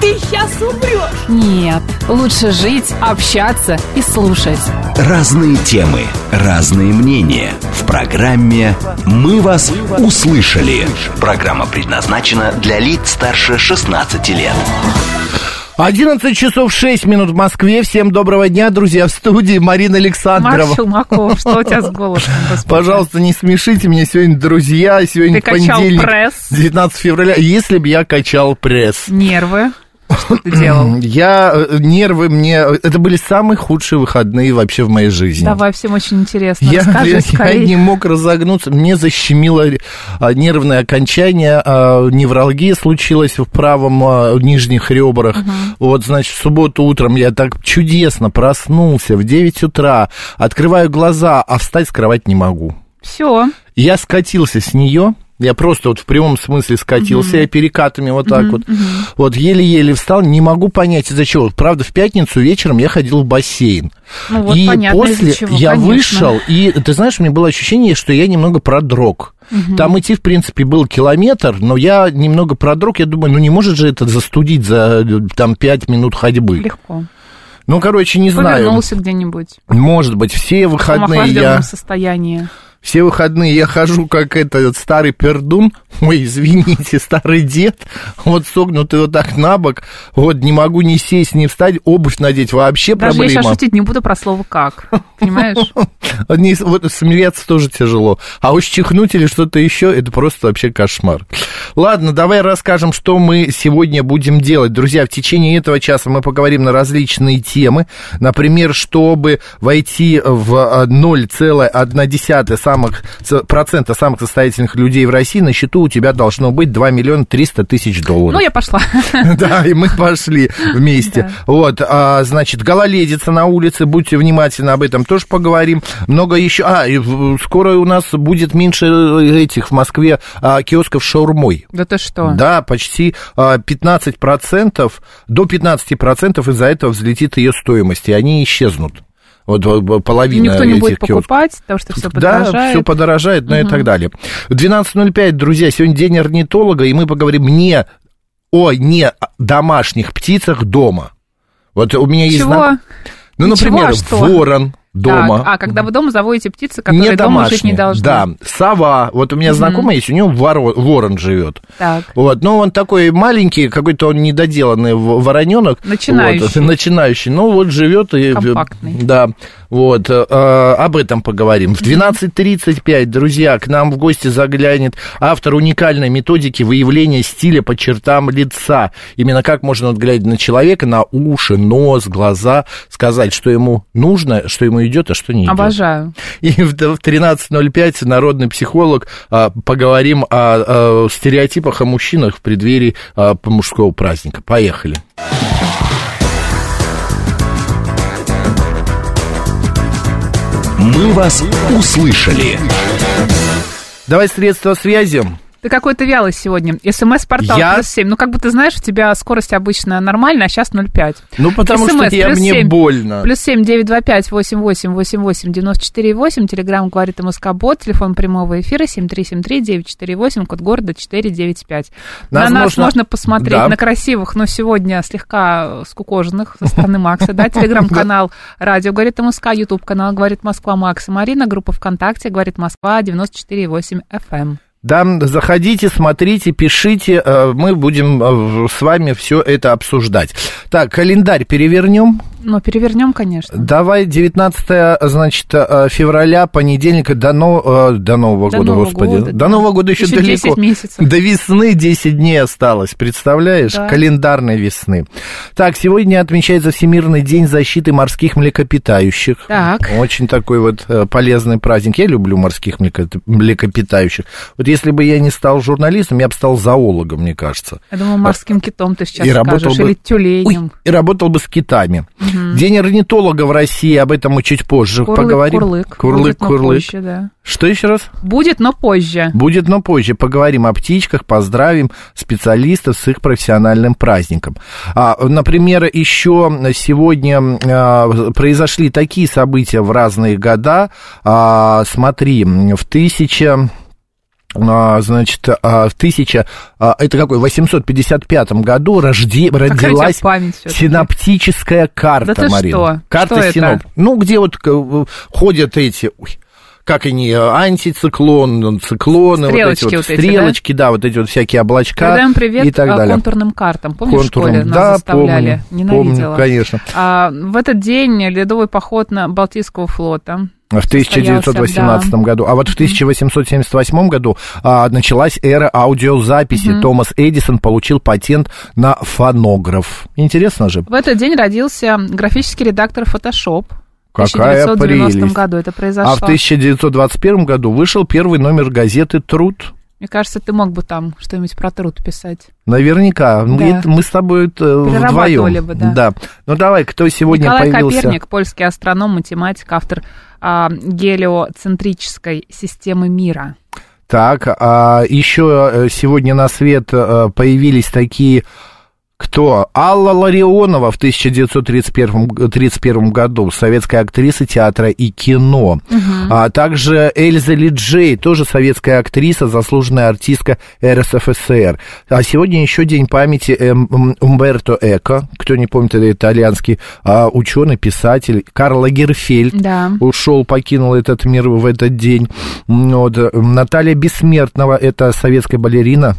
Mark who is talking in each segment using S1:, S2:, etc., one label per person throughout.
S1: ты сейчас умрешь.
S2: Нет, лучше жить, общаться и слушать.
S3: Разные темы, разные мнения. В программе «Мы вас услышали». Программа предназначена для лиц старше 16 лет.
S4: 11 часов 6 минут в Москве. Всем доброго дня, друзья. В студии Марина
S2: Марк
S4: Александрова.
S2: Челноков, что у тебя с голосом? господи?
S4: Пожалуйста, не смешите меня сегодня, друзья. Сегодня
S2: Ты качал
S4: понедельник,
S2: пресс?
S4: 19 февраля. Если бы я качал пресс.
S2: Нервы. Что ты делал?
S4: Я э, нервы мне... Это были самые худшие выходные вообще в моей жизни.
S2: Давай, всем очень интересно.
S4: Я,
S2: Расскажи
S4: блин, я
S2: скорее.
S4: не мог разогнуться, мне защемило а, нервное окончание, а, невралгия случилась в правом а, нижних ребрах. Вот, значит, в субботу утром я так чудесно проснулся в 9 утра, открываю глаза, а встать с кровати не могу.
S2: Все.
S4: Я скатился с нее. Я просто вот в прямом смысле скатился, я перекатами вот так вот. Вот еле-еле встал, не могу понять из-за чего. Правда, в пятницу вечером я ходил в бассейн.
S2: Ну вот
S4: и
S2: понятно, из-за
S4: после
S2: чего,
S4: я
S2: конечно.
S4: вышел, и ты знаешь, у меня было ощущение, что я немного продрог. Там идти, в принципе, был километр, но я немного продрог. Я думаю, ну не может же это застудить за э, там 5 минут ходьбы.
S2: Легко.
S4: Ну, короче, не знаю.
S2: Повернулся где-нибудь.
S4: Может быть, все
S2: В
S4: выходные я...
S2: охлажденном состоянии.
S4: Все выходные я хожу, как этот старый пердун, ой, извините, старый дед, вот согнутый вот так на бок, вот не могу ни сесть, ни встать, обувь надеть вообще
S2: Даже я сейчас
S4: проблема.
S2: шутить не буду про слово «как». Понимаешь?
S4: Не- вот смеяться тоже тяжело, а уж чихнуть или что-то еще, это просто вообще кошмар. Ладно, давай расскажем, что мы сегодня будем делать. Друзья, в течение этого часа мы поговорим на различные темы. Например, чтобы войти в а, 0,1 самых, ц- процента самых состоятельных людей в России, на счету у тебя должно быть 2 миллиона 300 тысяч долларов.
S2: Ну, я пошла.
S4: Да, и мы пошли вместе.
S2: Да.
S4: Вот, а, значит, гололедица на улице, будьте внимательны, об этом тоже поговорим. Много еще... А, и в- скоро у нас будет меньше э, этих в Москве а, киосков с шаурмой.
S2: Да ты что?
S4: Да, почти а, 15%, до 15% из-за этого взлетит ее стоимость, и они исчезнут. Вот а,
S2: И
S4: половина
S2: Никто не будет
S4: этих киосков.
S2: покупать, потому что все
S4: Да, все
S2: подорожает.
S4: подорожает, ну и так далее. В 12.05, друзья, сегодня день орнитолога, и мы поговорим не о не домашних птицах дома. Вот у меня есть...
S2: Чего?
S4: знак- Ну,
S2: Ничего,
S4: например,
S2: а что?
S4: ворон дома.
S2: Так, а когда вы дома заводите птицы, которые
S4: не
S2: дома жить не
S4: домашний.
S2: должны.
S4: Да, сова. Вот у меня знакомая есть, у него воро- ворон живет.
S2: Так.
S4: Вот, но он такой маленький, какой-то он недоделанный в- вороненок.
S2: Начинающий.
S4: Вот, начинающий. Ну, вот живет и...
S2: Компактный.
S4: Да. Вот, э, э, об этом поговорим. В 12.35, друзья, к нам в гости заглянет автор уникальной методики выявления стиля по чертам лица. Именно как можно, вот, глядя на человека, на уши, нос, глаза, сказать, что ему нужно, что ему идет, а что не идет.
S2: Обожаю.
S4: И в д- в 13.05 народный психолог а, поговорим о, э, стереотипах о мужчинах в преддверии а, п- мужского праздника. Поехали.
S3: «Мы вас услышали».
S4: Давай средства связи.
S2: Ты какой-то вялый сегодня. СМС-портал
S4: Я?
S2: плюс 7. Ну, как бы ты знаешь, у тебя скорость обычно нормальная, а сейчас 0,5.
S4: Ну, потому что
S2: СМС
S4: я-
S2: плюс
S4: мне
S2: семь.
S4: больно.
S2: Плюс 7 925 88 88 94 8. Телеграмм говорит МСК Бот. Телефон прямого эфира 7373 948. Код города 495. На
S4: Нас
S2: нас
S4: можно-
S2: можно, посмотреть
S4: Да.
S2: на красивых, но сегодня слегка скукоженных со стороны Макса. Да, телеграм-канал Радио говорит МСК, Ютуб канал говорит Москва Макс и Марина, группа ВКонтакте говорит Москва 94,8 FM.
S4: Да, заходите, смотрите, пишите. э, Мы будем э, в- с вами все это обсуждать. Так, календарь перевернем.
S2: Но перевернем, конечно.
S4: Давай 19 значит, э, февраля, понедельника, до, но- э, до Нового
S2: До
S4: года,
S2: Нового
S4: господи.
S2: года,
S4: до
S2: да.
S4: Нового года еще,
S2: Еще
S4: далеко.
S2: 10 месяцев.
S4: До весны 10 дней осталось, представляешь?
S2: Да.
S4: Календарной весны. Так, сегодня отмечается Всемирный день защиты морских млекопитающих.
S2: Так.
S4: Очень такой вот э, полезный праздник. Я люблю морских млеко- млекопитающих. Вот если бы я не стал журналистом, я бы стал зоологом, мне кажется.
S2: Я думаю, морским китом ты сейчас
S4: И работал
S2: скажешь,
S4: бы-
S2: или
S4: Ой,
S2: тюленем.
S4: и работал бы с китами. День орнитолога в России, об этом мы чуть позже
S2: Курлык,
S4: поговорим.
S2: курлык.
S4: Курлык,
S2: Будет, но
S4: курлык.
S2: позже, да.
S4: Что еще раз?
S2: Будет, но позже.
S4: Будет, но позже. Поговорим о птичках, поздравим специалистов с их профессиональным праздником. А, например, еще сегодня а, произошли такие события в разные года. А, смотри, в тысяча... а, Значит, а, в тысяча, а, это какой, в 855 году рожде-
S2: тебя
S4: родилась
S2: память всё-таки.
S4: синаптическая карта,
S2: Да ты
S4: Марина.
S2: что?
S4: Карта
S2: Что это?
S4: синоп. Ну, где вот э, ходят эти, ой, как они, э, антициклон, ну, циклоны,
S2: Стрелочки
S4: вот эти вот,
S2: вот эти,
S4: стрелочки, да? вот эти вот всякие облачка
S2: Передаем привет
S4: и так
S2: а,
S4: далее.
S2: контурным картам. Помнишь,
S4: Контурным.
S2: в школе нас
S4: Да,
S2: заставляли?
S4: помню,
S2: Ненавидела.
S4: помню, конечно.
S2: А, в этот день ледовый поход на Балтийского флота.
S4: В 1918
S2: да.
S4: году. А вот в 1878 году а, началась эра аудиозаписи. Томас Эдисон получил патент на фонограф. Интересно же.
S2: В этот день родился графический редактор Photoshop.
S4: Какая
S2: в 1990
S4: прелесть.
S2: году это произошло.
S4: А в 1921 году вышел первый номер газеты «Труд».
S2: Мне кажется, ты мог бы там что-нибудь про труд писать.
S4: Наверняка. Мы,
S2: Да.
S4: это- мы с тобой это
S2: Перерабатывали
S4: вдвоем.
S2: бы, да.
S4: Ну давай, кто сегодня
S2: Николай
S4: появился?
S2: Коперник, польский астроном, математик, автор а, гелиоцентрической системы мира.
S4: Так, а еще э, сегодня на свет э, появились такие... Кто? Алла Ларионова в 1931 31 году, советская актриса театра и кино. А также Эльза Лиджей, тоже советская актриса, заслуженная артистка РСФСР. А сегодня еще день памяти Эм- М- Умберто Эко. Кто не помнит, это итальянский а, ученый, писатель. Карл Лагерфельд
S2: Да.
S4: ушел, покинул этот мир в этот день. М, вот, э, Наталья Бессмертного, это советская балерина,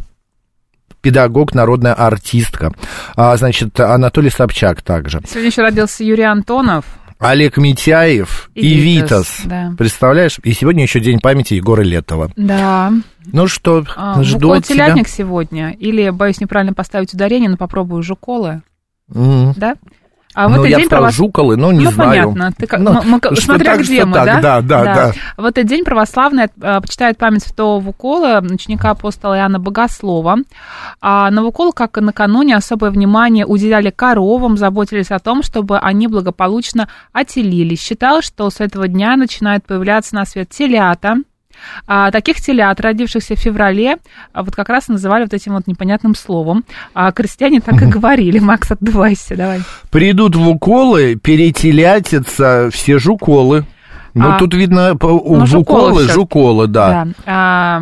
S4: педагог, народная артистка. А, значит, Анатолий Собчак также.
S2: Сегодня еще родился Юрий Антонов.
S4: Олег Митяев и,
S2: И
S4: Витас.
S2: Витас, да.
S4: Представляешь? И сегодня еще день памяти Егора Летова.
S2: Да.
S4: Ну что,
S2: А,
S4: жду от тебя.
S2: телятник сегодня. Или, боюсь, неправильно поставить ударение, но попробую жуколы.
S4: М.
S2: Да? А
S4: ну, я бы
S2: день
S4: сказал,
S2: провос-
S4: жуколы, но не
S2: ну,
S4: знаю.
S2: понятно. Ты, как-
S4: Ну,
S2: мы- мы-
S4: что
S2: смотря
S4: так,
S2: где
S4: что
S2: мы,
S4: так.
S2: да?
S4: Да, да, да.
S2: В этот день православные э, почитают память святого Вукола, ученика апостола Иоанна Богослова. А на Вукол, как и накануне, особое внимание уделяли коровам, заботились о том, чтобы они благополучно отелились. Считалось, что с этого дня начинают появляться на свет телята, а, таких телят, родившихся в феврале, а, вот как раз называли вот этим вот непонятным словом. А крестьяне так и говорили. Макс, отдувайся, давай.
S4: Придут в уколы, перетелятятся все жуколы. Ну,
S2: А,
S4: тут видно, по- у-
S2: ну,
S4: в
S2: жуколы
S4: уколы,
S2: всё-таки.
S4: жуколы, да.
S2: Да. А,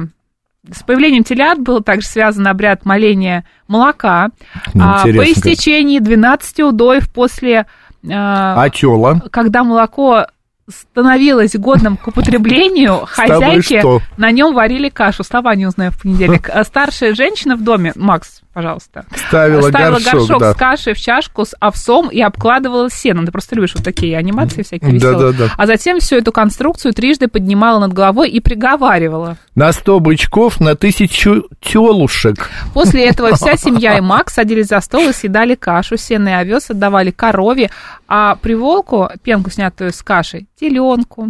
S2: с появлением телят был также связан обряд моления молока. А, по
S4: Ну, Интересно как.
S2: истечении 12 удоев после, а,
S4: Отела.
S2: когда молоко становилось годным к употреблению,
S4: тобой
S2: хозяйки
S4: что?
S2: на нем варили кашу. Слова не узнаю в понедельник. А Старшая женщина в доме, Макс, пожалуйста,
S4: Ставила, горшок, да.
S2: с кашей в чашку с овсом и обкладывала сеном. Ты просто любишь вот такие анимации всякие веселые.
S4: Да-да-да.
S2: А затем всю эту конструкцию трижды поднимала над головой и приговаривала.
S4: На 100 бычков, на тысячу телушек.
S2: После этого вся семья и Макс садились за стол и съедали кашу, сено и овес отдавали корове, а приволку, пенку, снятую с кашей, теленку.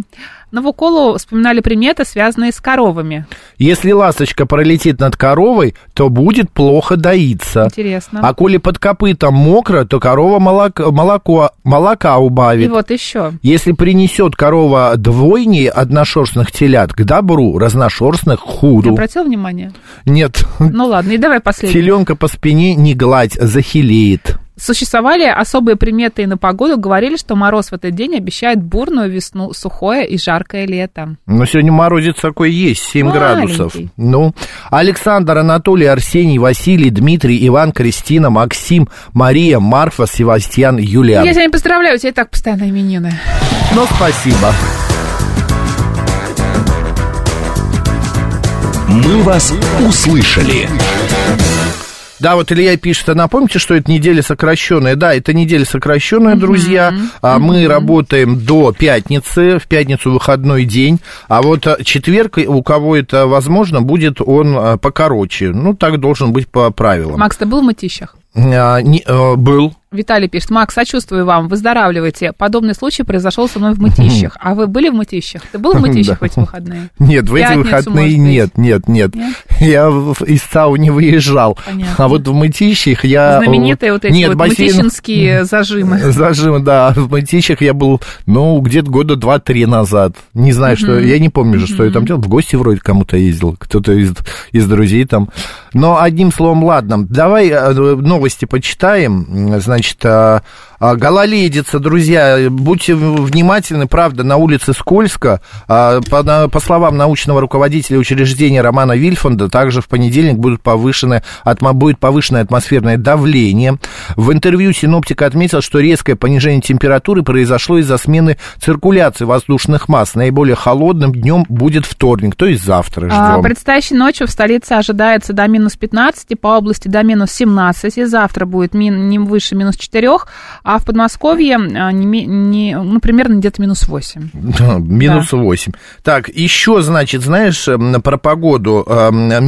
S2: На Вуколу вспоминали приметы, связанные с коровами.
S4: Если ласточка пролетит над коровой, то будет плохо доиться.
S2: Интересно.
S4: А коли под копытом мокро, то корова молоко, молоко, молока убавит.
S2: И вот еще.
S4: Если принесет корова двойни одношерстных телят, к добру, разношерстных к
S2: Ты
S4: худу.
S2: обратил внимание?
S4: Нет,
S2: Ну ладно, и давай последний.
S4: теленка по спине не гладь, захилеет.
S2: Существовали особые приметы и на погоду. Говорили, что мороз в этот день обещает бурную весну, сухое и жаркое лето.
S4: Но сегодня морозец такой есть, 7
S2: Маленький.
S4: градусов. Ну, Александр, Анатолий, Арсений, Василий, Дмитрий, Иван, Кристина, Максим, Мария, Марфа, Севастьян, Юлиан.
S2: Я тебя не поздравляю, у тебя и так постоянно именины.
S4: Ну, спасибо.
S3: «Мы вас услышали».
S4: Да, вот Илья пишет, а напомните, что это неделя сокращенная. Да, это неделя сокращенная, друзья. А мы работаем до пятницы, в пятницу выходной день. А вот а, четверг, у кого это возможно, будет он а, покороче. Ну, э, так должен быть по правилам.
S2: Макс, ты был в мытищах?
S4: А, не- э, был.
S2: Виталий пишет, Макс, сочувствую вам, выздоравливайте. Подобный случай произошел со мной в мытищах. А вы были в мытищах? Ты был в мытищах в
S4: Да.
S2: эти выходные?
S4: Нет, в эти
S2: Пятницу,
S4: выходные
S2: может быть.
S4: нет, нет, нет,
S2: Нет?
S4: Я в- из САУ не выезжал.
S2: Понятно.
S4: А вот в Мытищах я...
S2: Знаменитые вот эти
S4: нет,
S2: вот
S4: бассейн-
S2: мытищинские зажимы.
S4: Зажим, да. В Мытищах я был, ну, где-то года два-три назад. Не знаю, что... Я не помню же, что я там делал. В гости вроде кому-то ездил, кто-то из, из друзей там. Но одним словом, ладно. Давай э, новости почитаем. Значит, э, э, гололедица, друзья, будьте внимательны. Правда, на улице скользко. А, По, на- по словам научного руководителя учреждения Романа Вильфонда, также в понедельник будут повышены, атмо- будет повышенное атмосферное давление. В интервью синоптик отметил, что резкое понижение температуры произошло из-за смены циркуляции воздушных масс. Наиболее холодным днем будет вторник, то есть завтра
S2: А,
S4: ждем.
S2: Предстоящей ночью в столице ожидается до минус 15, по области до минус 17, и завтра будет мин- не выше минус 4, а в Подмосковье, а, не ми- не- ну, примерно где-то минус 8.
S4: Да, Минус восемь. 8. Так, еще, значит, знаешь, эм, про погоду. Эм,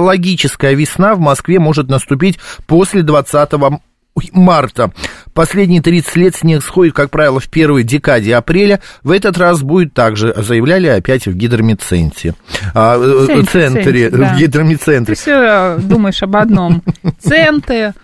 S4: Метеорологическая весна в Москве может наступить после 20 м- ой, марта. Последние 30 лет снег сходит, как правило, в первой декаде апреля. В этот раз будет также, заявляли опять в гидромедцентре. А, э,
S2: Центре,
S4: центре,
S2: центре, да.
S4: в гидромедцентре.
S2: Ты все думаешь об одном. Центы,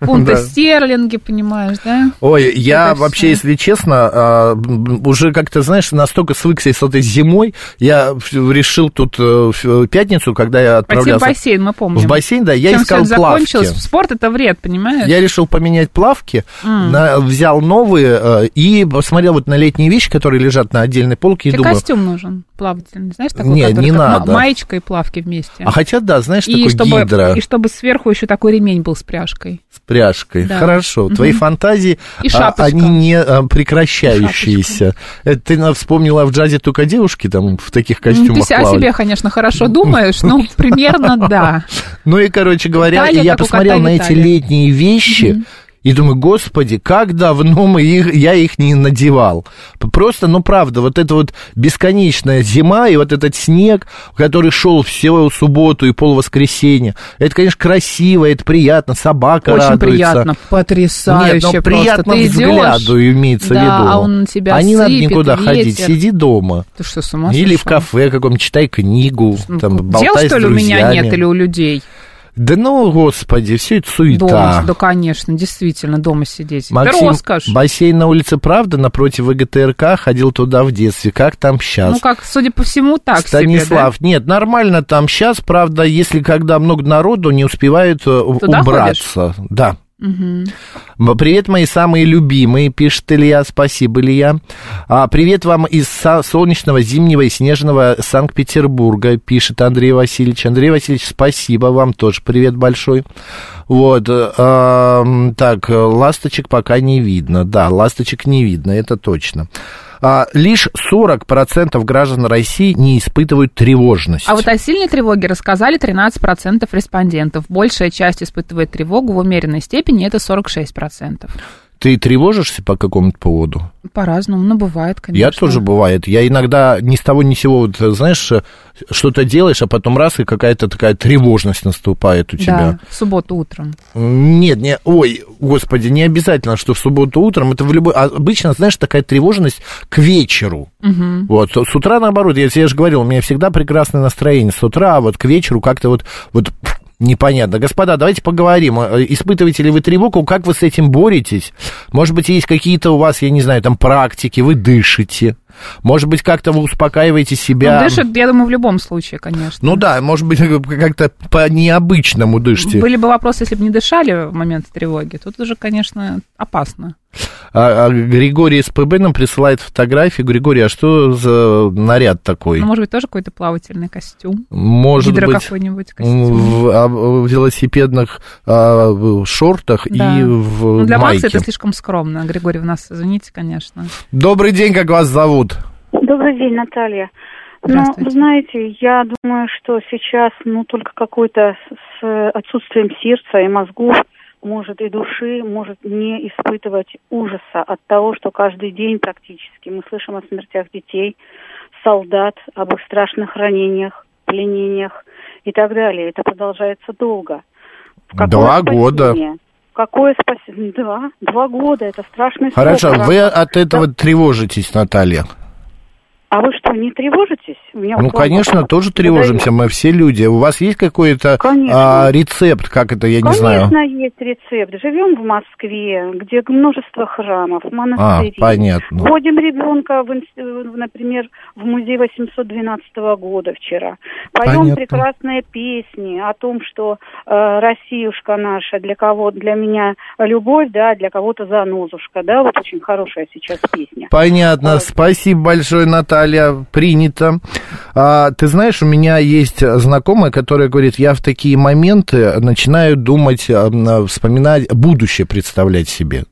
S2: фунты
S4: Да.
S2: стерлинги, понимаешь, да?
S4: Ой, я
S2: Это всё.
S4: вообще, если честно, а, м, уже как-то, знаешь, настолько свыкся с этой зимой, я ф- решил тут э, в пятницу, когда я
S2: Пойти в
S4: отправлялся
S2: бассейн, мы помним.
S4: в бассейн, да, я
S2: Чем всё
S4: искал
S2: это закончилось?
S4: плавки.
S2: Спорт это вред, понимаешь?
S4: Я решил поменять плавки, на- взял новые э, и посмотрел вот на летние вещи, которые лежат на отдельной полке, и
S2: Тебе
S4: думаю,
S2: костюм нужен плавательный, знаешь, такой,
S4: Не,
S2: который
S4: не
S2: как ма-
S4: надо.
S2: маечка и плавки вместе.
S4: а хотя, да, знаешь,
S2: и,
S4: такой
S2: чтобы,
S4: гидро
S2: и чтобы сверху еще такой ремень был с пряжкой.
S4: с пряжкой.
S2: Да.
S4: Хорошо, твои фантазии,
S2: И
S4: а,
S2: шапочка.
S4: они не а, прекращающиеся. Это ты на- вспомнила в джазе только девушки там в таких
S2: Ну,
S4: костюмах
S2: Ты се- о
S4: плавали.
S2: себе, конечно, хорошо думаешь, но примерно да.
S4: Ну и, короче говоря,
S2: Италия,
S4: и я
S2: как у
S4: посмотрел
S2: кота
S4: на эти
S2: Виталия.
S4: летние вещи и думаю, господи, как давно мы их, я их не надевал. П- Просто, ну правда, вот эта вот бесконечная зима и вот этот снег, который шел всю субботу и полвоскресенье, это, конечно, красиво, это приятно, собака
S2: Очень
S4: радуется. Ну,
S2: приятно,
S4: Нет,
S2: потрясающе
S4: но
S2: просто.
S4: приятно
S2: Ты идешь,
S4: взгляду имеется
S2: да,
S4: в виду.
S2: а он на тебя
S4: а не надо
S2: сыпет,
S4: никуда ходить,
S2: ветер.
S4: сиди дома.
S2: ты что, с ума
S4: Или в
S2: сошла?
S4: кафе каком-нибудь читай книгу,
S2: Ну,
S4: там,
S2: Дел,
S4: болтай с
S2: что ли, у меня
S4: друзьями.
S2: нет или у людей?
S4: Да ну, господи, все это суета.
S2: Дома, да, конечно, действительно, дома сидеть. это
S4: Максим,
S2: роскошь. Ну,
S4: бассейн на улице Правда напротив ВГТРК ходил туда в детстве. Как там сейчас?
S2: Ну, как, судя по всему, так
S4: Станислав, нет, нормально там сейчас, правда, если когда много народу, не успевают э,
S2: Туда
S4: убраться. Да.
S2: себе, да? Мгм.
S4: М, Привет, мои самые любимые, пишет Илья. Спасибо, Илья. А, привет вам из со- солнечного, зимнего и снежного Санкт-Петербурга, пишет Андрей Васильевич. Андрей Васильевич, спасибо вам тоже. Привет большой. Вот, э, эм, так, э, ласточек пока не видно. Да, ласточек не видно, это точно. А, лишь 40% граждан России не испытывают тревожность.
S2: А вот о сильной тревоге рассказали 13% респондентов. Большая часть испытывает тревогу в умеренной степени, это 46%.
S4: Ты тревожишься по какому-то поводу?
S2: По-разному, но бывает, конечно.
S4: Я тоже бывает. Я иногда ни с того ни с сего, вот, знаешь, э, что-то делаешь, а потом раз, и какая-то такая тревожность наступает у тебя.
S2: Да, в субботу утром.
S4: М, Нет, не, ой, господи, не обязательно, что в субботу утром. Это в любой... а Обычно, знаешь, такая тревожность к вечеру. Вот, с утра наоборот, я, я же говорил, у меня всегда прекрасное настроение с утра, а вот к вечеру как-то вот, вот пф, непонятно. Господа, давайте поговорим, э, испытываете ли вы тревогу, как вы с этим боретесь? Может быть, есть какие-то у вас, я не знаю, там практики, вы дышите, может быть, как-то вы успокаиваете себя.
S2: Ну, дышит, я думаю, в любом случае, конечно.
S4: Ну да, может быть, как-то по-необычному дышите.
S2: Были бы вопросы, если бы не дышали в момент тревоги. Тут уже, конечно, опасно.
S4: А, а Григорий СПБ нам присылает фотографию. Григорий, а что за наряд такой?
S2: Ну, может быть, тоже какой-то плавательный костюм.
S4: Может
S2: Гидро
S4: быть,
S2: какой-нибудь
S4: м,
S2: костюм.
S4: в, а, в велосипедных а, в шортах
S2: Да.
S4: и в
S2: Ну, для
S4: майке.
S2: Макса это слишком скромно. Григорий, вы нас извините, конечно.
S4: Добрый день, как вас зовут?
S5: Добрый день, Наталья. Ну,
S2: Здравствуйте.
S5: вы знаете, я думаю, что сейчас, ну, только какой-то с- с отсутствием сердца и мозгов, может, и души, может не испытывать ужаса от того, что каждый день практически мы слышим о смертях детей, солдат, об их страшных ранениях, пленениях и так далее. Это продолжается долго. В какое
S4: Два года.
S5: спасение? Какое спасение? Да, два года, это страшный срок.
S4: Хорошо, а
S5: Да.
S4: вы от этого тревожитесь, Наталья.
S5: А вы что, не тревожитесь? У меня
S4: Ну,
S5: вот вопрос.
S4: конечно, тоже тревожимся, мы все люди. У вас есть какой-то
S5: Конечно.
S4: а, рецепт, как это, я не знаю.
S5: Конечно, есть рецепт. Живем в Москве, где множество храмов,
S4: А,
S5: монастырей.
S4: понятно.
S5: Вводим ребенка, в, инс- в, например, в музей 812 года вчера. Поем
S4: Понятно.
S5: прекрасные песни о том, что э, Россиюшка наша для кого для меня любовь, да, для кого-то занозушка, да, вот очень хорошая сейчас песня.
S1: А.
S4: Понятно. Спасибо большое, Наталья. Принято. А, ты знаешь, у меня есть знакомая, которая говорит, я в такие моменты начинаю думать, а, м, вспоминать, будущее представлять себе.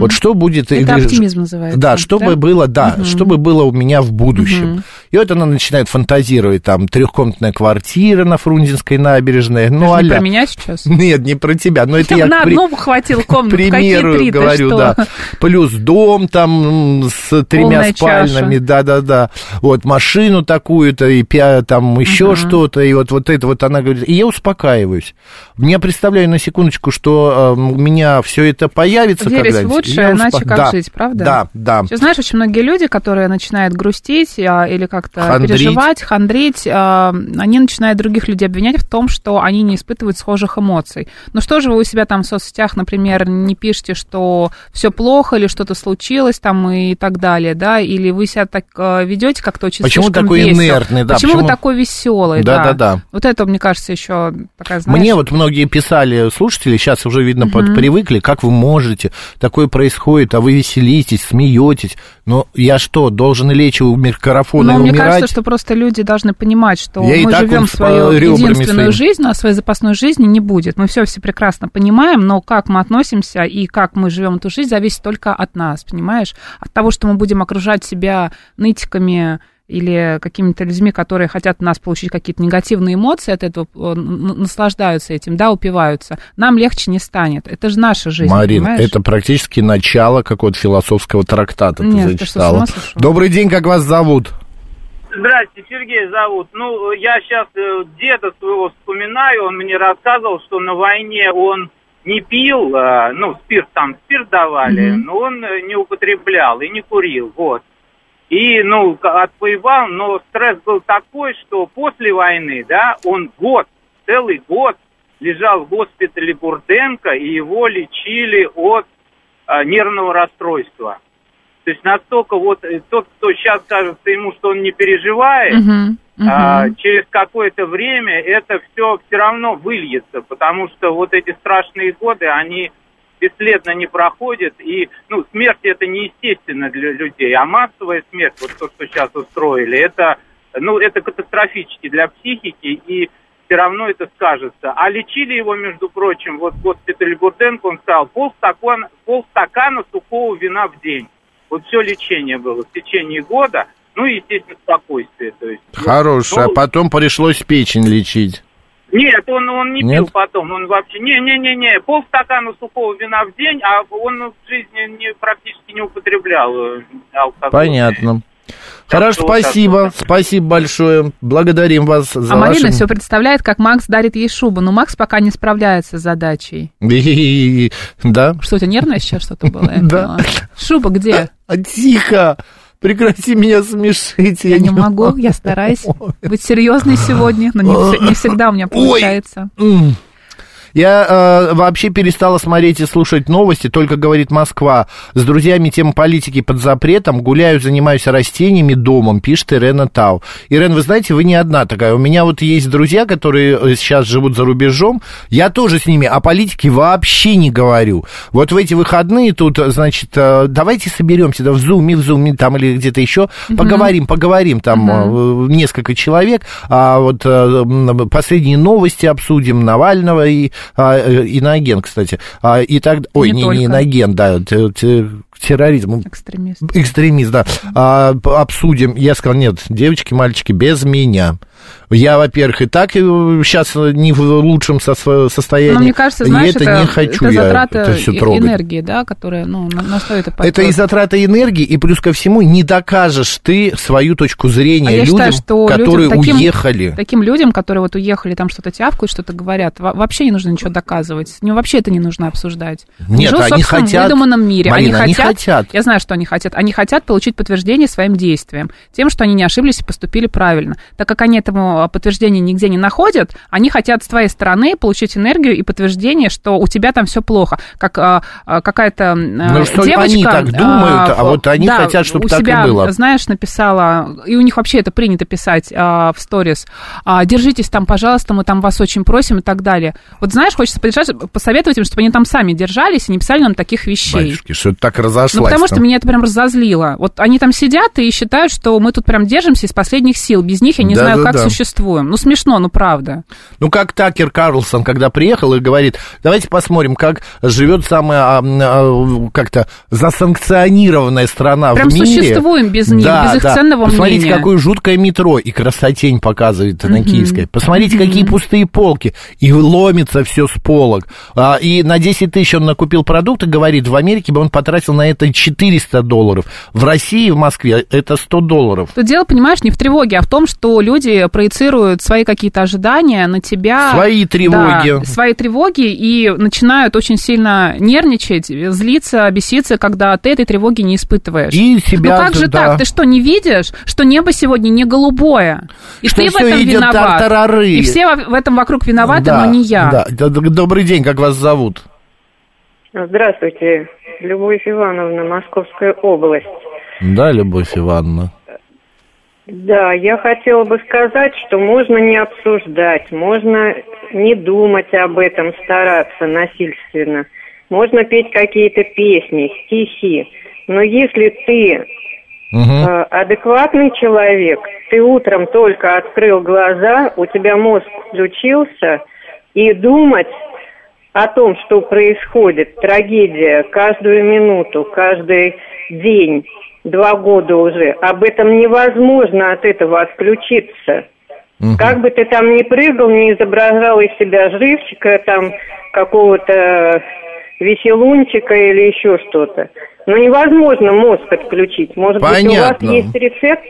S4: Вот что будет...
S1: Это
S4: или-
S1: оптимизм называется.
S4: Да, чтобы
S1: да?
S4: было, да, чтобы было у меня в будущем. И вот она начинает фантазировать, там, трехкомнатная квартира на Фрунзенской набережной, ну,
S1: Не
S4: а-ля.
S1: про меня сейчас.
S4: Нет, не про тебя, но это я...
S1: на
S4: к при-
S2: ну,
S1: одного хватил
S4: к
S1: комнату, Ну, какие
S4: примеру
S1: три, ты
S4: говорю,
S1: что?
S4: да. Плюс дом там м, с тремя
S1: Полная
S4: спальнями, да-да-да. Вот машину такую-то, и пя- там еще что-то, и вот, вот это вот она говорит. И я успокаиваюсь. Я представляю на секундочку, что э, у меня все это появится
S1: Верить в
S4: когда-нибудь. и
S1: лучшее,
S4: я
S1: иначе как
S4: да,
S1: жить, правда?
S4: Да, да.
S1: Ты знаешь, очень многие люди, которые начинают грустить а, или как-то
S4: Хандрить.
S1: переживать, хандрить, а, они начинают других людей обвинять в том, что они не испытывают схожих эмоций. Ну что же вы у себя там в соцсетях, например, не пишете, что все плохо или что-то случилось там и так далее, да? Или вы себя так а, ведете как-то очень
S4: Почему
S1: слишком
S4: такой
S1: весело.
S4: инертный, да,
S1: Почему,
S4: почему-
S1: вы такой веселый, да?
S4: Да-да-да.
S1: Вот это, мне кажется, еще такая, знаешь...
S4: Мне вот многие писали слушатели, сейчас уже, видно, под- привыкли, как вы можете, такое происходит, а вы веселитесь, смеетесь. Но я что, должен лечь у микрофона
S1: Но
S4: и
S1: мне
S4: умирать?
S1: кажется, что просто люди должны понимать, что
S4: Я и
S1: мы
S4: так
S1: живем
S4: он с,
S1: свою
S4: э, ребрами
S1: единственную
S4: своими.
S1: жизнь, а своей запасной жизни не будет. Мы все все прекрасно понимаем, но как мы относимся и как мы живем эту жизнь, зависит только от нас, понимаешь? От того, что мы будем окружать себя нытиками или какими-то людьми, которые хотят у нас получить какие-то негативные эмоции от этого, э, н- н- наслаждаются этим, да, упиваются, нам легче не станет. Это же наша жизнь,
S4: Марин,
S1: понимаешь?
S4: это практически начало какого-то философского трактата
S1: Нет,
S4: ты
S1: ты что, с
S4: зачитала.
S1: ума сошел?
S4: Добрый день, как вас зовут?
S6: Здрасте, Сергей зовут. Ну, э, я сейчас деда своего вспоминаю, он мне рассказывал, что на войне он не пил, э, ну, спирт там, спирт давали, но он э, не употреблял и не курил, вот. И, ну, к- отвоевал, но стресс был такой, что после войны, да, он год, целый год лежал в госпитале Бурденко, и его лечили от э, нервного расстройства. То есть настолько вот э, тот, кто сейчас кажется ему, что он не переживает,
S1: Мгм, мгм.
S6: а, через какое-то время это все все равно выльется, потому что вот эти страшные годы, они бесследно не проходят, и ну, смерть это неестественно для людей, а массовая смерть, вот то, что сейчас устроили, это, ну, это катастрофически для психики, и все равно это скажется. А лечили его, между прочим, вот в госпитале Бурденко, он сказал, полстакана, полстакана сухого вина в день. Вот все лечение было в течение года, ну и, естественно, спокойствие. То есть,
S4: Хорошая.
S6: Ну,
S4: Потом пришлось печень лечить.
S6: нет, он, он не
S4: Нет?
S6: пил потом, он вообще... Не-не-не-не, полстакана сухого вина в день, а он в жизни не, практически не употреблял э, алкоголь.
S4: Понятно. Хорошо,
S6: что вот так
S4: спасибо.
S6: вот.
S4: Спасибо большое. Благодарим вас за
S1: А Марина
S4: ваше-
S1: все представляет, как Макс дарит ей шубу, но Макс пока не справляется с задачей.
S4: Да?
S1: Что, у тебя нервное сейчас что-то было? Я не
S4: Да.
S1: поняла. Шуба где?
S4: А, Тихо! Прекрати меня смешить.
S1: Я не могу, я стараюсь быть серьезной сегодня, но не, вс- не всегда у меня получается.
S4: М. Я э, вообще перестала смотреть и слушать новости, только говорит Москва. С друзьями тема политики под запретом. Гуляю, занимаюсь растениями, домом, пишет Ирена Тау. Ирен, вы знаете, вы не одна такая. У меня вот есть друзья, которые э, сейчас живут за рубежом. Я тоже с ними а о политике вообще не говорю. Вот в эти выходные тут, э, значит, э, давайте соберемся да, в зуме, в зуме там или где-то еще. Поговорим, поговорим там э, несколько человек. А вот э, м, последние новости обсудим Навального и а, э, иноагент, кстати. А, и так... Ой,
S1: Не
S4: не, не
S1: только.
S4: иноагент, да. т- т- терроризм.
S1: Экстремист.
S4: Экстремист, да. А, п- обсудим. Я сказал, нет, девочки, мальчики, без меня. Я, во-первых, и так сейчас не в лучшем сосво- состоянии.
S1: Но мне кажется,
S4: И
S1: знаешь,
S4: это,
S1: это,
S4: не хочу
S1: это
S4: я
S1: затраты
S4: это все
S1: э-
S4: трогать.
S1: энергии, да, которые, ну, на, на что это
S4: Это
S1: пойдет?
S4: и затраты энергии, и плюс ко всему не докажешь ты свою точку зрения
S1: А я
S4: людям,
S1: считаю, что людям
S4: которые
S1: таким-
S4: уехали.
S1: Таким людям, которые вот уехали, там что-то тявкают, что-то говорят, во- вообще не нужно ничего доказывать. Ну, вообще это не нужно обсуждать.
S4: Нет,
S1: Живут в
S4: они
S1: собственном
S4: хотят-
S1: выдуманном мире.
S4: Марина, они
S1: они хотят,
S4: хотят.
S1: Я знаю, что они хотят. Они хотят получить подтверждение своим действиям, тем, что они не ошиблись и поступили правильно. Так как они этому подтверждения нигде не находят, они хотят с твоей стороны получить энергию и подтверждение, что у тебя там все плохо. Как а, а, какая-то м,
S4: Ну, что
S1: девочка...
S4: они так думают, а
S1: в-
S4: вот они
S1: да,
S4: хотят, чтобы
S1: у
S4: так и
S1: себя,
S4: было.
S1: знаешь, написала, и у них вообще это принято писать а, в сторис, а, держитесь там, пожалуйста, мы там вас очень просим и так далее. Вот знаешь, хочется поддержать- посоветовать им, чтобы они там сами держались и не писали нам таких вещей.
S4: Батюшки, что это так
S1: Ну,
S4: разошлась
S1: потому что
S4: там.
S1: меня это прям разозлило. Вот они там сидят и считают, что мы тут прям держимся из последних сил. Без них я не
S4: Да,
S1: знаю,
S4: да,
S1: как
S4: да.
S1: существуем. Ну, смешно, ну, правда.
S4: Ну, как Такер Карлсон, когда приехал и говорит, давайте посмотрим, как живет самая а, а, как-то засанкционированная страна
S1: Прям
S4: в мире.
S1: существуем без них,
S4: Да,
S1: без их
S4: да.
S1: ценного
S4: Посмотрите,
S1: мнения.
S4: какое жуткое метро, и красотень показывает на Киевской. Посмотрите, какие пустые полки, и ломится все с полок. А, и на 10 тысяч он накупил продукты, говорит, в Америке бы он потратил на это 400 долларов. В России, в Москве это 100 долларов.
S1: Тут дело, понимаешь, не в тревоге, а в том, что люди проецируют свои какие-то ожидания на тебя.
S4: Свои тревоги.
S1: А, Да, свои тревоги и начинают очень сильно нервничать, злиться, беситься, когда ты этой тревоги не испытываешь.
S4: И себя,
S1: ну как же
S4: да.
S1: так? Ты что, не видишь, что небо сегодня не голубое? И
S4: Что
S1: ты в
S4: всё
S1: этом
S4: идет
S1: виноват.
S4: тартарары.
S1: И все во- в этом вокруг виноваты,
S4: Да,
S1: но не я.
S4: да. Д- д- Добрый день, как вас зовут?
S2: Здравствуйте, Любовь Ивановна, Московская область.
S4: Да, Любовь Ивановна.
S2: Да, я хотела бы сказать, что можно не обсуждать, можно не думать об этом, стараться насильственно. Можно петь какие-то песни, стихи. Но если ты э, адекватный человек, ты утром только открыл глаза, у тебя мозг включился, и думать о том, что происходит, трагедия каждую минуту, каждый день, два года уже, об этом невозможно от этого отключиться. Как бы ты там ни прыгал, не изображал из себя живчика, там какого-то веселунчика или еще что-то. Но невозможно мозг отключить. Может быть, у
S4: Понятно.
S2: вас есть рецепт?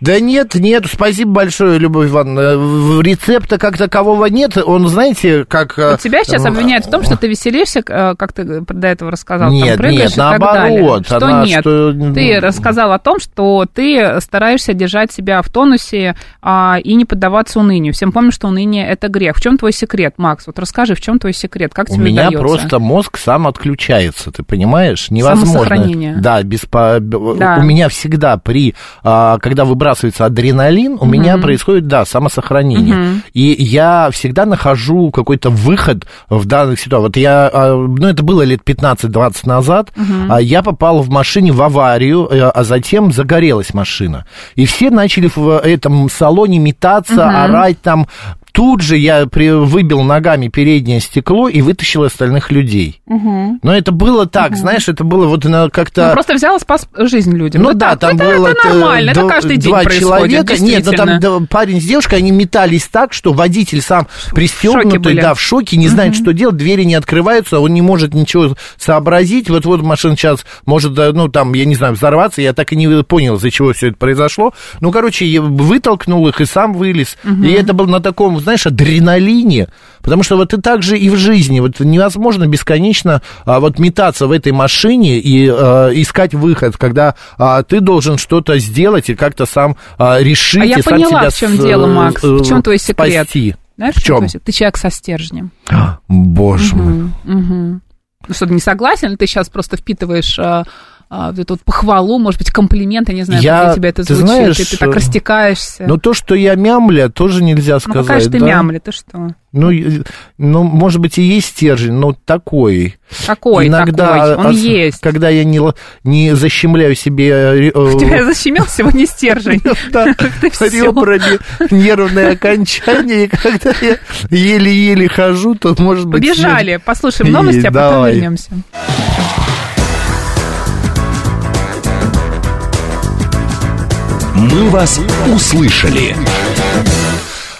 S4: Да нет, нет, спасибо большое, Любовь Ивановна. В- Рецепта как такового нет. Он, знаете, как... э,
S1: Вот тебя сейчас
S4: э,
S1: обвиняют в том, что ты веселишься, э, как ты до этого рассказал, там
S4: Нет,
S1: прыгаешь
S4: нет,
S1: и так далее.
S4: наоборот,
S1: Что
S4: она-
S1: нет?
S4: что-
S1: Ты рассказал о том, что ты стараешься держать себя в тонусе а, и не поддаваться унынию. Всем помним, что уныние это грех. В чем твой секрет, Макс? Вот расскажи, в чем твой секрет? Как
S4: У
S1: тебе
S4: меня
S1: удается?
S4: просто мозг сам отключается, ты понимаешь?
S1: Самосохранение.
S4: Невозможно. Да, без по-
S1: Да.
S4: у меня всегда при, а, когда выбрасывается адреналин, у меня происходит, да, самосохранение. И я всегда нахожу какой-то выход в данных ситуациях. Вот я, а, ну это было лет 15-20 назад, а, я попал в машине в аварию, э, а затем загорелась машина. И все начали в э, этом салоне метаться, орать там. Тут же я при- выбил ногами переднее стекло и вытащил остальных людей. Но это было так, знаешь, это было вот на- как-то...
S1: Ну, просто взял и спас жизнь людям.
S4: Ну
S1: Вот
S4: да,
S1: так.
S4: там
S1: это,
S4: было
S1: это
S4: т-
S1: нормально, это
S4: дв-
S1: каждый день
S4: два
S1: происходит.
S4: человека. Нет, ну
S1: действительно.
S4: там д- парень с девушкой, они метались так, что водитель сам пристегнутый,
S1: были.
S4: да, в шоке, не знает, что делать, двери не открываются, он не может ничего сообразить. Вот-вот машина сейчас может, да, ну там, я не знаю, взорваться. Я так и не понял, из-за чего все это произошло. Ну, короче, я вытолкнул их и сам вылез. И это было на таком, знаешь, адреналине. Потому что вот и так же и в жизни. Вот невозможно бесконечно а, вот метаться в этой машине и а, искать выход, когда а, ты должен что-то сделать и как-то сам а, решить.
S1: А я
S4: и сам
S1: поняла,
S4: себя
S1: в чем
S4: с-
S1: дело, Макс.
S4: э,
S1: В чем твой секрет?
S4: Спасти.
S1: Знаешь,
S4: в чем?
S1: твой секрет? Ты человек со стержнем.
S4: А, Боже мой.
S1: Мгм. Ну что, ты не согласен? Ты сейчас просто впитываешь а, а, вот эту вот похвалу, может быть, комплимент, я не знаю,
S4: Я-
S1: как для тебя это
S4: ты
S1: звучит,
S4: знаешь,
S1: и ты так
S4: э,
S1: растекаешься.
S4: Но то, что я мямля, тоже нельзя
S1: ну
S4: сказать.
S1: какая же ты
S4: да?
S1: мямля, ты что?
S4: Ну, и- ну, может быть, и есть стержень, но такой.
S1: Какой
S4: Иногда,
S1: такой? Он
S4: ос-
S1: есть.
S4: Когда я не, л- не защемляю себе э, э,
S1: Тебя защемел сегодня стержень.
S4: Да,
S1: всё.
S4: ребрами нервные окончания, и когда я еле-еле хожу, то, может быть...
S1: Побежали. Послушаем
S4: И
S1: новости, а потом
S4: давай.
S1: вернемся.
S3: «Мы вас услышали».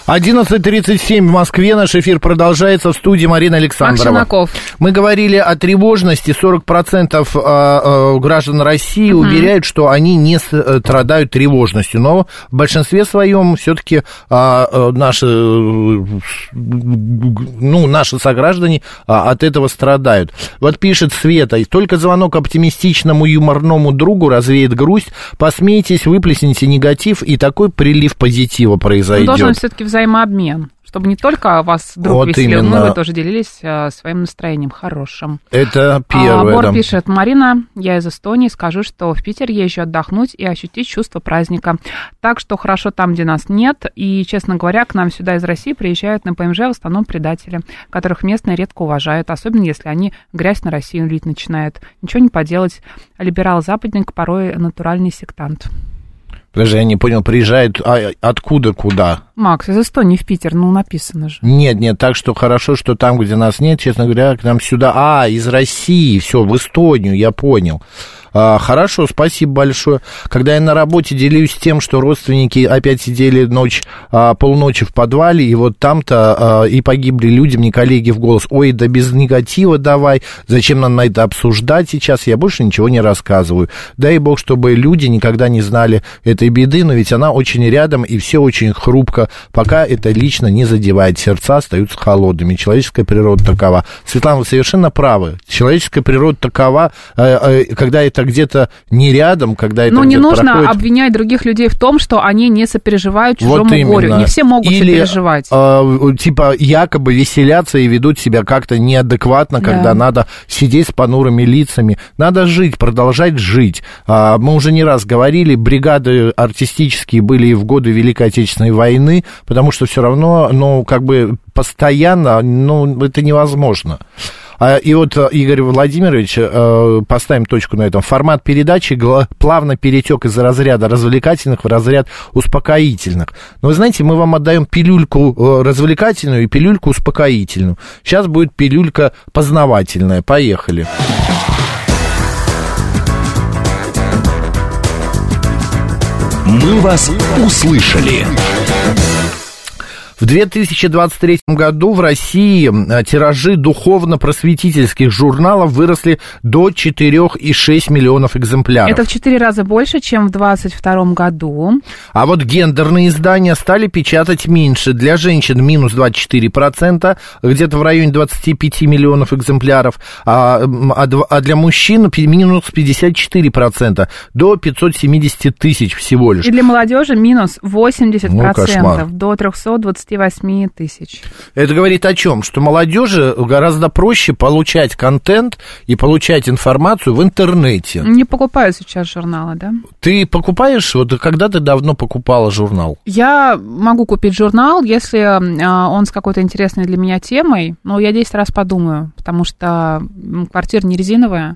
S4: 11.37 в Москве. Наш эфир продолжается в студии Марина Александрова.
S1: Марк Челноков.
S4: Мы говорили о тревожности. 40% э, э, граждан России
S1: Мгм.
S4: уверяют, что они не э, страдают тревожностью. Но в большинстве своем все-таки наши, э, ну, наши сограждане а, от этого страдают. Вот пишет Света, только звонок оптимистичному юморному другу развеет грусть. Посмейтесь, выплесните негатив, и такой прилив позитива
S1: Ну,
S4: произойдет.
S1: Должен быть все-таки взаимообмен, чтобы не только вас друг
S4: Вот
S1: веселил, но и
S4: именно.
S1: вы тоже делились э, своим настроением хорошим.
S4: Это
S1: А,
S4: первое.
S1: Бор
S4: да.
S1: пишет, Марина, я из Эстонии, скажу, что в Питер езжу отдохнуть и ощутить чувство праздника. Так что хорошо там, где нас нет. И, честно говоря, к нам сюда из России приезжают на ПМЖ в основном предатели, которых местные редко уважают, особенно если они грязь на Россию лить начинают. Ничего не поделать. Либерал-западник порой натуральный сектант.
S4: Подожди, я не понял, приезжает а, откуда куда?
S1: Макс, из Эстонии в Питер, ну, написано же.
S4: Нет, нет, так что хорошо, что там, где нас нет, честно говоря, к нам сюда. А, из России, все, в Эстонию, я понял. А, хорошо, спасибо большое. Когда я на работе делюсь тем, что родственники опять сидели ночь, а, полночи в подвале, и вот там-то а, и погибли люди, мне коллеги в голос, ой, да без негатива давай, зачем нам это обсуждать сейчас, я больше ничего не рассказываю. Дай бог, чтобы люди никогда не знали этой беды, но ведь она очень рядом, и все очень хрупко, пока это лично не задевает сердца, остаются холодными. Человеческая природа такова. Светлана, вы совершенно правы. Человеческая природа такова, э, э, когда это где-то не рядом, когда это
S1: Ну, не
S4: где-то
S1: нужно
S4: проходит.
S1: обвинять других людей в том, что они не сопереживают чужому
S4: Вот именно.
S1: горю. Не все могут
S4: Или,
S1: сопереживать.
S4: э, типа якобы веселятся и ведут себя как-то неадекватно,
S1: Да.
S4: когда надо сидеть с понурыми лицами. Надо жить, продолжать жить. А, мы уже не раз говорили, бригады артистические были и в годы Великой Отечественной войны, потому что все равно, ну, как бы постоянно, ну, это невозможно. А, И вот, э, Игорь Владимирович, э, поставим точку на этом. Формат передачи гла- плавно перетек из разряда развлекательных в разряд успокоительных. Но вы знаете, мы вам отдаем пилюльку э, развлекательную и пилюльку успокоительную. Сейчас будет пилюлька познавательная. Поехали.
S3: «Мы вас услышали».
S4: В 2023 году в России э, тиражи духовно-просветительских журналов выросли до 4,6 миллионов экземпляров.
S1: Это в четыре раза больше, чем в 2022 году.
S4: А вот гендерные издания стали печатать меньше. Для женщин минус 24%, где-то в районе 25 миллионов экземпляров, а, м, а дв- а для мужчин пи- минус 54%, до 570 тысяч всего лишь.
S1: И для молодежи минус 80%
S4: Ну, кошмар.
S1: до 328 тысяч.
S4: Это говорит о чем? Что молодежи гораздо проще получать контент и получать информацию в интернете.
S1: Не покупают сейчас журналы, да?
S4: Ты покупаешь, вот когда ты давно покупала журнал?
S1: Я могу купить журнал, если а, он с какой-то интересной для меня темой, но я 10 раз подумаю, потому что м, квартира не резиновая,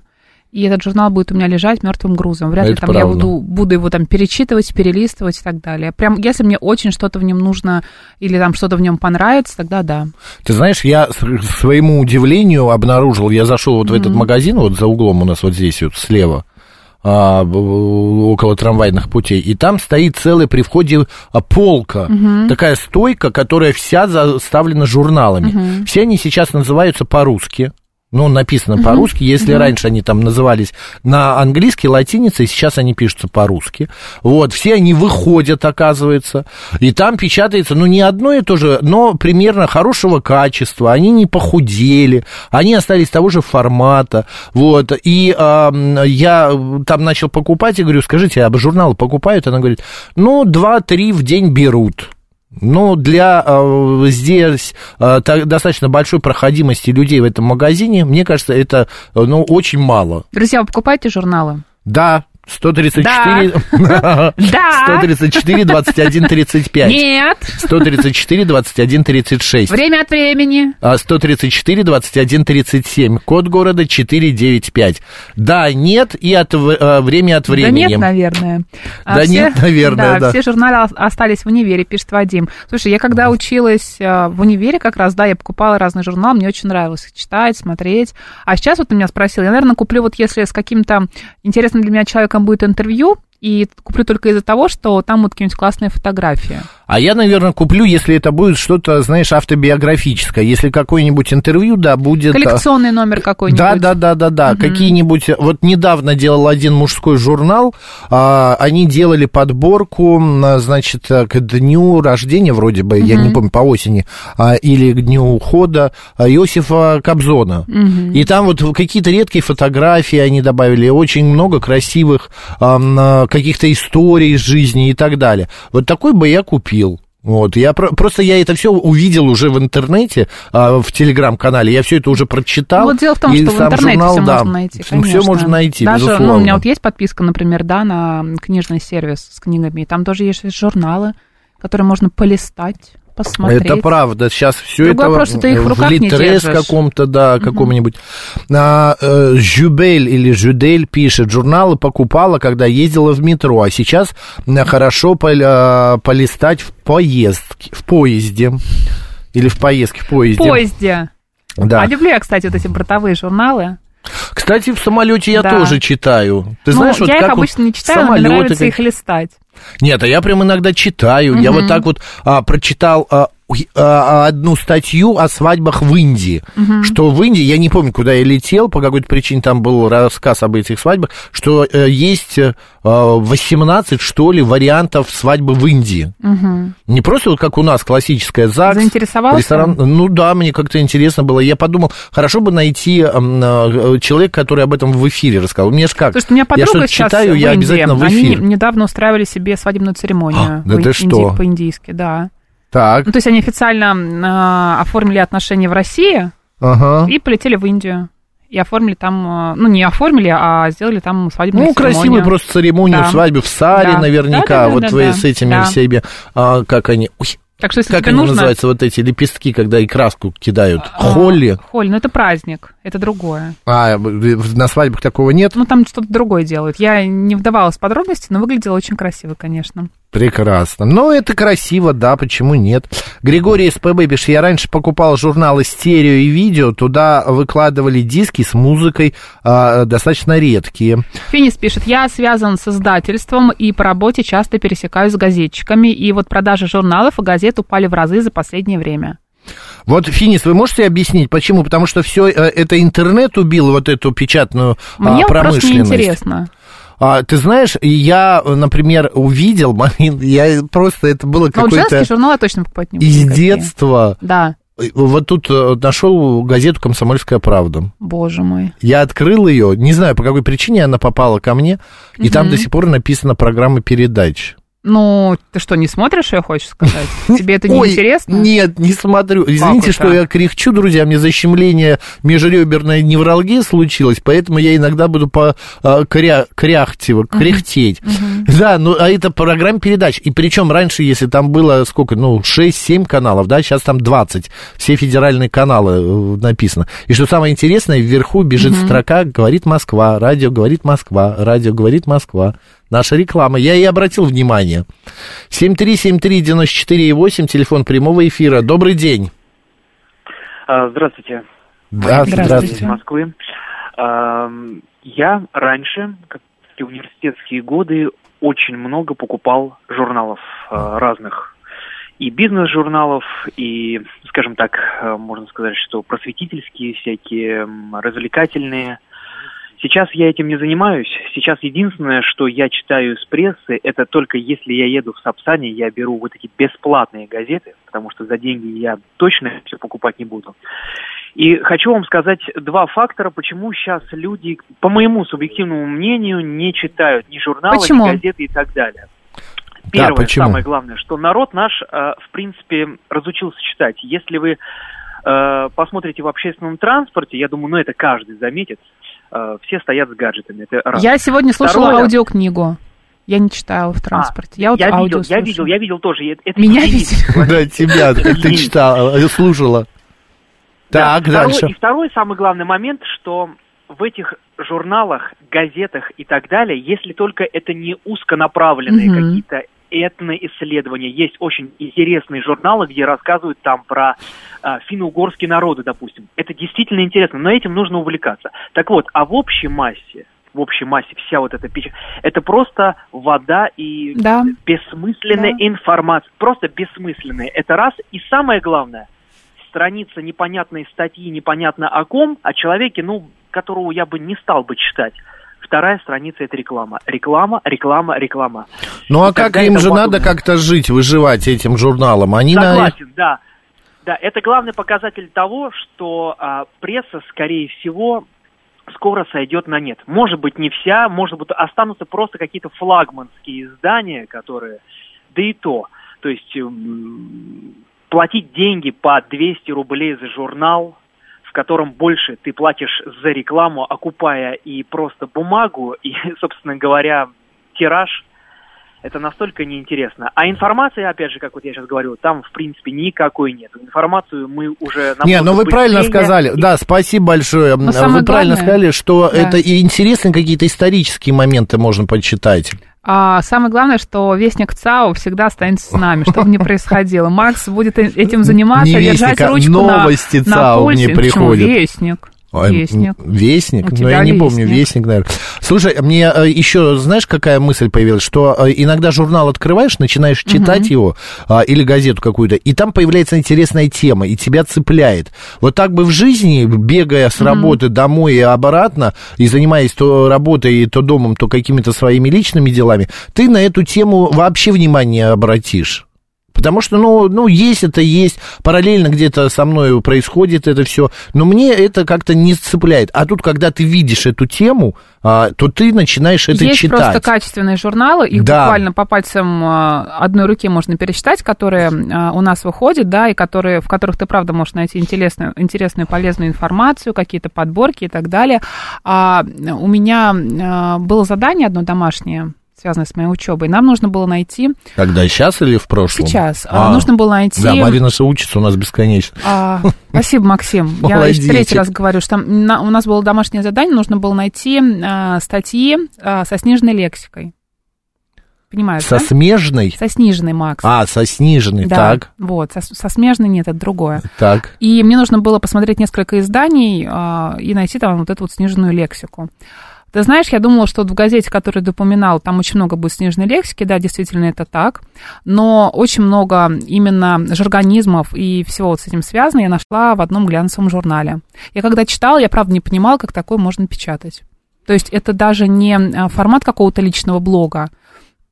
S1: и этот журнал будет у меня лежать мертвым грузом. Вряд ли
S4: А Это
S1: там я
S4: правда.
S1: буду, буду его там перечитывать, перелистывать и так далее. Прям если мне очень что-то в нем нужно или там что-то в нем понравится, тогда да.
S4: Ты знаешь, я с- к своему удивлению обнаружил, я зашел вот в этот
S1: Мгм.
S4: магазин, вот за углом у нас вот здесь вот слева, а, б- около трамвайных путей, и там стоит целая при входе а, полка,
S1: Мгм.
S4: такая стойка, которая вся заставлена журналами.
S1: Мгм.
S4: Все они сейчас называются по-русски. Ну, написано по-русски. Если раньше они там назывались на английский, латинице, сейчас они пишутся по-русски. Вот, все они выходят, оказывается. И там печатается, ну, не одно и то же, но примерно хорошего качества. Они не похудели, они остались того же формата. Вот, и а, м, я там начал покупать и говорю, скажите, а журналы покупают? Она говорит, ну, 2-3 в день берут. Ну, для э, здесь э, та- достаточно большой проходимости людей в этом магазине, мне кажется, это, э, ну, очень мало.
S1: Друзья, вы покупаете журналы?
S4: Да, 134... Да.
S1: Да.
S4: 134, 21, 35.
S1: Нет.
S4: 134, 21, 36.
S1: Время от времени.
S4: А, 134, 21, 37. Код города 495. Да, нет и от, в- э, время от времени.
S1: Да нет, наверное. А
S4: Да нет, наверное, да.
S1: Все журналы ос- остались в универе, пишет Вадим. Слушай, я когда училась э, в универе как раз, да, я покупала разные журналы, мне очень нравилось их читать, смотреть. А сейчас вот ты меня спросил, я, наверное, куплю вот если с каким-то интересным для меня человеком будет интервью, и куплю только из-за того, что там вот какие-нибудь классные фотографии.
S4: А я, наверное, куплю, если это будет что-то, знаешь, автобиографическое. Если какое-нибудь интервью, да, будет... а,
S1: Коллекционный номер какой-нибудь.
S4: Да, да, да, да, да.
S1: Мгм.
S4: Какие-нибудь... Вот недавно делал один мужской журнал. а, они делали подборку, м, а, значит, а, к дню рождения, вроде бы, я не помню, по осени, а, или к дню ухода а, Иосифа Кобзона.
S1: Мгм.
S4: И там вот какие-то редкие фотографии они добавили, очень много красивых ам, а, каких-то историй из жизни и так далее. Вот такой бы я купил. Вот, я про- просто я это все увидел уже в интернете, а, в телеграм-канале, я все это уже прочитал.
S1: Ну, вот дело в том,
S4: и
S1: что в
S4: сам
S1: интернете
S4: журнал,
S1: все
S4: да,
S1: можно найти,
S4: Все
S1: конечно.
S4: можно найти,
S1: Даже, ну,
S4: безусловно.
S1: у меня вот есть подписка, например, да, на книжный сервис с книгами, и там тоже есть журналы, которые можно полистать, посмотреть.
S4: Это правда, сейчас все
S1: Другой
S4: это
S1: вопрос, что ты их в
S4: в
S1: руках не
S4: Литрес
S1: держишь.
S4: каком-то, да, каком-нибудь. А, э, Жюбель или Жюдель пишет, журналы покупала, когда ездила в метро, а сейчас э, хорошо пол- э, полистать в поездке, в поезде. Или в поездке, в
S1: В
S4: поезде.
S1: поезде.
S4: Да.
S1: А люблю я, кстати, вот эти бортовые журналы.
S4: Кстати, в самолете я
S1: Да.
S4: тоже читаю. Ты
S1: Ну,
S4: знаешь, вот
S1: я
S4: как
S1: их
S4: вот
S1: обычно не читаю, но мне
S4: самолеты
S1: нравится
S4: какие-
S1: их листать.
S4: Нет, а я прям иногда читаю. Я
S1: Мгм.
S4: вот так вот а, прочитал а, уй- а, одну статью о свадьбах в Индии.
S1: Мгм.
S4: Что в Индии, я не помню, куда я летел, по какой-то причине там был рассказ об этих свадьбах, что э, есть э, 18, что ли, вариантов свадьбы в Индии.
S1: Мгм.
S4: Не просто вот как у нас классическая ЗАГС.
S1: Заинтересовался?
S4: Ресторан. Ну да, мне как-то интересно было. Я подумал, хорошо бы найти м, э, человека, который об этом в эфире рассказал. Мне же как?
S1: Потому что у меня
S4: я
S1: подруга
S4: что-то
S1: сейчас
S4: читаю,
S1: в
S4: я
S1: Индии.
S4: обязательно в
S1: Они
S4: эфир.
S1: не- недавно устраивали себе свадебную церемонию.
S4: да
S1: по-
S4: ты
S1: инди-
S4: что?
S1: По-индийски, да.
S4: Так,
S1: Ну, то есть они официально а, оформили отношения в России
S4: ага.
S1: и полетели в Индию. И оформили там, а, ну, не оформили, а сделали там свадебную
S4: Ну,
S1: церемонию.
S4: красивую просто церемонию
S1: Да.
S4: свадьбы в Саре
S1: Да.
S4: наверняка,
S1: Да-да-да-да-да.
S4: вот твои с этими
S1: Да.
S4: всеми, а, как они, ой,
S1: Так что если
S4: как
S1: тебе
S4: они
S1: нужно...
S4: называются, вот эти лепестки, когда и краску кидают,
S1: а,
S4: холли,
S1: Холли, ну это праздник, это другое.
S4: а в- на свадьбах такого нет,
S1: Ну, там что-то другое делают. Я не вдавалась в подробности, но выглядело очень красиво, конечно.
S4: прекрасно, но это красиво, да, почему нет. Григорий СПБ пишет, я раньше покупал журналы стерео и видео, туда выкладывали диски с музыкой, а, достаточно редкие.
S1: Финис пишет, я связан с издательством и по работе часто пересекаюсь с газетчиками, и вот продажи журналов и газет упали в разы за последнее время.
S4: Вот, Финис, вы можете объяснить, почему? Потому что все это интернет убил вот эту печатную а,
S1: Мне вот просто
S4: промышленность.
S1: неинтересно.
S4: А, ты знаешь, я, например, увидел момент, я просто это было
S1: Но вот
S4: какое-то
S1: женские журналы я точно покупать не буду.
S4: из
S1: никакие.
S4: детства.
S1: Да,
S4: Вот тут э, нашел газету «Комсомольская правда».
S1: боже мой.
S4: Я открыл ее, не знаю, по какой причине она попала ко мне, и там
S1: Мгм.
S4: до сих пор написана программа передач.
S1: Ну, ты что, не смотришь ее, хочешь сказать? Тебе это не
S4: Ой,
S1: интересно?
S4: Нет, не смотрю. Извините,
S1: это?
S4: что я кряхчу, друзья, мне защемление межреберной невралгии случилось, поэтому я иногда буду по а, кря- кряхтево- кряхтеть. Да, ну а это программа передач. И причем раньше, если там было сколько, ну, 6-7 каналов, да, сейчас там 20. Все федеральные каналы э, написано. И что самое интересное, вверху бежит строка «Говорит Москва», «Радио говорит Москва», «Радио говорит Москва». Наша реклама. Я и обратил внимание. 7373948, телефон прямого эфира. Добрый день.
S6: А, Здравствуйте.
S4: Да,
S6: Василий
S4: здравствуйте.
S6: из Москвы. Ам, Я раньше, как в университетские годы, очень много покупал журналов а, разных. И бизнес-журналов, и, скажем так, а, можно сказать, что просветительские всякие, м, развлекательные. Сейчас я этим не занимаюсь. Сейчас единственное, что я читаю из прессы, это только если я еду в Сапсане, я беру вот эти бесплатные газеты, потому что за деньги я точно все покупать не буду. И хочу вам сказать два фактора, почему сейчас люди, по моему субъективному мнению, не читают ни журналы,
S1: Почему?
S6: ни газеты и так далее. Первое,
S4: почему?
S6: самое главное, что народ наш, э, в принципе, разучился читать. Если вы э, посмотрите в общественном транспорте, я думаю, ну это каждый заметит, э, все стоят с гаджетами. Это раз.
S1: Я сегодня слушала
S6: Второе. А,
S1: аудиокнигу. Я не читала в транспорте. я вот
S6: Я
S1: аудио
S6: видел, я
S1: слушаю.
S6: видел, я видел тоже. и это- это
S1: Меня
S6: не
S1: видели?
S4: Да, тебя, ты
S6: Извините.
S4: читала, э, слушала.
S6: Да,
S4: Так,
S6: второй-
S4: дальше.
S6: И второй самый главный момент, что в этих журналах, газетах и так далее, если только это не узконаправленные
S1: Мгм.
S6: какие-то этноисследования, есть очень интересные журналы, где рассказывают там про а, финно-угорские народы, допустим. Это действительно интересно, но этим нужно увлекаться. Так вот, а в общей массе в общей массе вся вот эта печать. Это просто вода и
S1: Да.
S6: бессмысленная
S1: Да.
S6: информация. Просто бессмысленная. Это раз. И самое главное, страница непонятной статьи, непонятно о ком, о человеке, ну, которого я бы не стал бы читать. Вторая страница – это реклама. Реклама, реклама, реклама.
S4: Ну а
S6: И
S4: как
S6: тогда
S4: им
S6: это
S4: же
S6: потом-
S4: надо как-то жить, выживать этим журналом? Они на...
S6: Согласен, да. Да, это главный показатель того, что а, пресса, скорее всего, скоро сойдет на нет. Может быть, не вся, может быть, останутся просто какие-то флагманские издания, которые... Да и то. То есть м, платить деньги по 200 рублей за журнал, в котором больше ты платишь за рекламу, окупая и просто бумагу, и, собственно говоря, тираж, это настолько неинтересно. А информации, опять же, как вот я сейчас говорю, там, в принципе, никакой нет. Информацию мы уже... на
S4: Не, ну вы
S6: пункт
S4: правильно
S6: быстрее.
S4: сказали. Да, спасибо большое.
S1: Но
S4: Вы
S1: самое
S4: правильно
S1: главное-
S4: сказали, что
S1: Да.
S4: это и интересные какие-то исторические моменты можно почитать.
S1: А самое главное, что вестник ЦАО всегда останется с нами, что бы ни происходило. Макс будет э- этим заниматься,
S4: Не
S1: держать
S4: вестник, а
S1: ручку
S4: новости
S1: на, на
S4: ЦАО
S1: пульсе.
S4: мне
S1: Ну, почему?
S4: приходят.
S1: Вестник.
S4: Ой, м,
S1: Вестник.
S4: Вестник?
S1: У
S4: Ну, я
S1: тебя
S4: не помню,
S1: вестник.
S4: вестник, наверное. Слушай, а мне э, еще, знаешь, какая мысль появилась? Что э, иногда журнал открываешь, начинаешь читать его, а, или газету какую-то, и там появляется интересная тема, и тебя цепляет. Вот так бы в жизни, бегая с работы домой и обратно, и занимаясь то работой, и то домом, то какими-то своими личными делами, ты на эту тему вообще внимание обратишь. Потому что, ну, ну, есть это есть, параллельно где-то со мной происходит это все, но мне это как-то не цепляет. А тут, когда ты видишь эту тему, а, то ты начинаешь это
S1: Есть просто
S4: читать.
S1: качественные журналы, их
S4: Да.
S1: буквально по пальцам а, одной руки можно пересчитать, которые а, у нас выходят, да, и которые, в которых ты, правда, можешь найти интересную, интересную полезную информацию, какие-то подборки и так далее. А, у меня а, было задание одно домашнее, связанное с моей учебой. Нам нужно было найти
S4: Когда сейчас или в прошлом?
S1: Сейчас. А, нужно было найти-
S4: Да, Марина же учится у нас бесконечно.
S1: А, спасибо, Максим. Я
S4: Молодец.
S1: еще третий раз говорю, что там на- у нас было домашнее задание, нужно было найти а, статьи а, со сниженной лексикой. Понимаешь,
S4: Со
S1: да?
S4: смежной?
S1: Со сниженной, Макс.
S4: А, со сниженной,
S1: Да,
S4: так,
S1: Вот, со, со смежной нет, это другое.
S4: так.
S1: И мне нужно было посмотреть несколько изданий а, и найти там вот эту вот сниженную лексику. Ты знаешь, я думала, что вот в газете, которую ты упоминал, там очень много будет сниженной лексики, да, действительно это так, но очень много именно жаргонизмов и всего вот с этим связано я нашла в одном глянцевом журнале. Я когда читала, я правда не понимала, как такое можно печатать. То есть это даже не а, формат какого-то личного блога.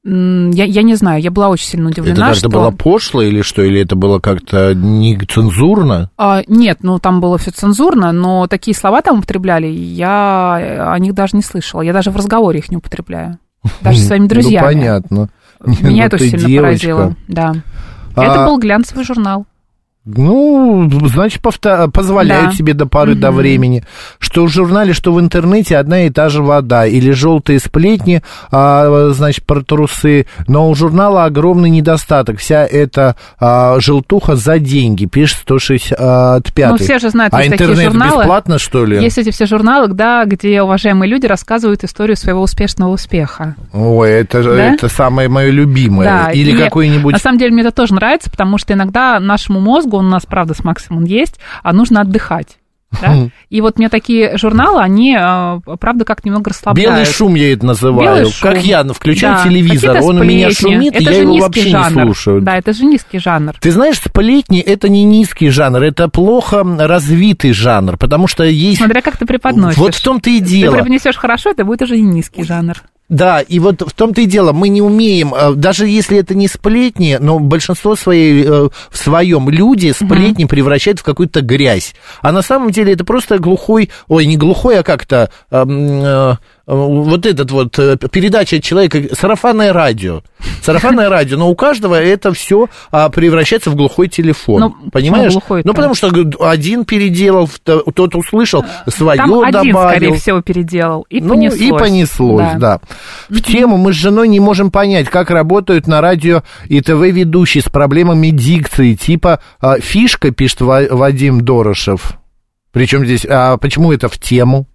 S1: М, Я, я не знаю, я была очень сильно
S4: Это
S1: удивлена,
S4: даже
S1: Ну, что...
S4: было пошло или что? Или это было как-то нецензурно?
S1: А, нет, ну там было все цензурно, но такие слова там употребляли, я э, о них даже не слышала. Я даже в разговоре их не употребляю. Даже со своими друзьями.
S4: Ну, понятно.
S1: Меня
S4: Ну,
S1: это
S4: ты
S1: очень сильно
S4: девочка.
S1: поразило. Да.
S4: А-
S1: Это был глянцевый журнал.
S4: Ну, значит, повта- позволяют
S1: Да.
S4: себе до поры до времени. Что в журнале, что в интернете одна и та же вода. Или желтые сплетни, а, значит, про трусы. Но у журнала огромный недостаток. Вся эта а, желтуха за деньги. Пишет 165
S1: Ну, все же знают,
S4: А
S1: есть такие
S4: интернет
S1: журналы.
S4: бесплатно, что ли?
S1: Есть эти все журналы, да, где уважаемые люди рассказывают историю своего успешного успеха.
S4: Ой, это, же-
S1: Да?
S4: это самое мое любимое.
S1: Да,
S4: Или
S1: и
S4: какой-нибудь...
S1: На самом деле мне это тоже нравится, потому что иногда нашему мозгу, он у нас, правда, с максимум есть, а нужно отдыхать. да? И вот мне такие журналы, они, э, правда, как немного расслабляют.
S4: Белый шум я это называю.
S1: Белый шум.
S4: Как я включаю
S1: Да,
S4: телевизор,
S1: какие-то
S4: он у меня
S1: сплетни.
S4: шумит, и
S1: Это
S4: я
S1: же
S4: его
S1: низкий
S4: вообще
S1: жанр.
S4: не слушаю.
S1: Да, это же низкий жанр.
S4: Ты знаешь, сплетни это не низкий жанр, это плохо развитый жанр, потому что есть...
S1: Смотря как ты преподносишь.
S4: Вот в том-то и дело.
S1: Ты преподнесешь хорошо, это будет уже не низкий жанр.
S4: Да, и вот в том-то и дело, мы не умеем, э, даже если это не сплетни, но большинство своей, э, в своем люди сплетни превращают в какую-то грязь. А на самом деле это просто глухой, ой, не глухой, а как-то эм, э, э, вот этот вот э, передача человека, сарафанное радио. Сарафанное радио, но у каждого это все превращается в глухой телефон.
S1: Ну,
S4: Понимаешь?
S1: почему глухой-то?
S4: Ну, потому что г- один переделал, вто- тот услышал, свое
S1: Э, Там один, скорее
S4: добавил.
S1: всего, переделал. И
S4: Ну,
S1: понеслось.
S4: и понеслось, да. В тему мы с женой не можем понять, как работают на радио и ТВ ведущие с проблемами дикции, типа а, «Фишка», пишет Ва- Вадим Дорошев. Причем здесь, а почему это в тему?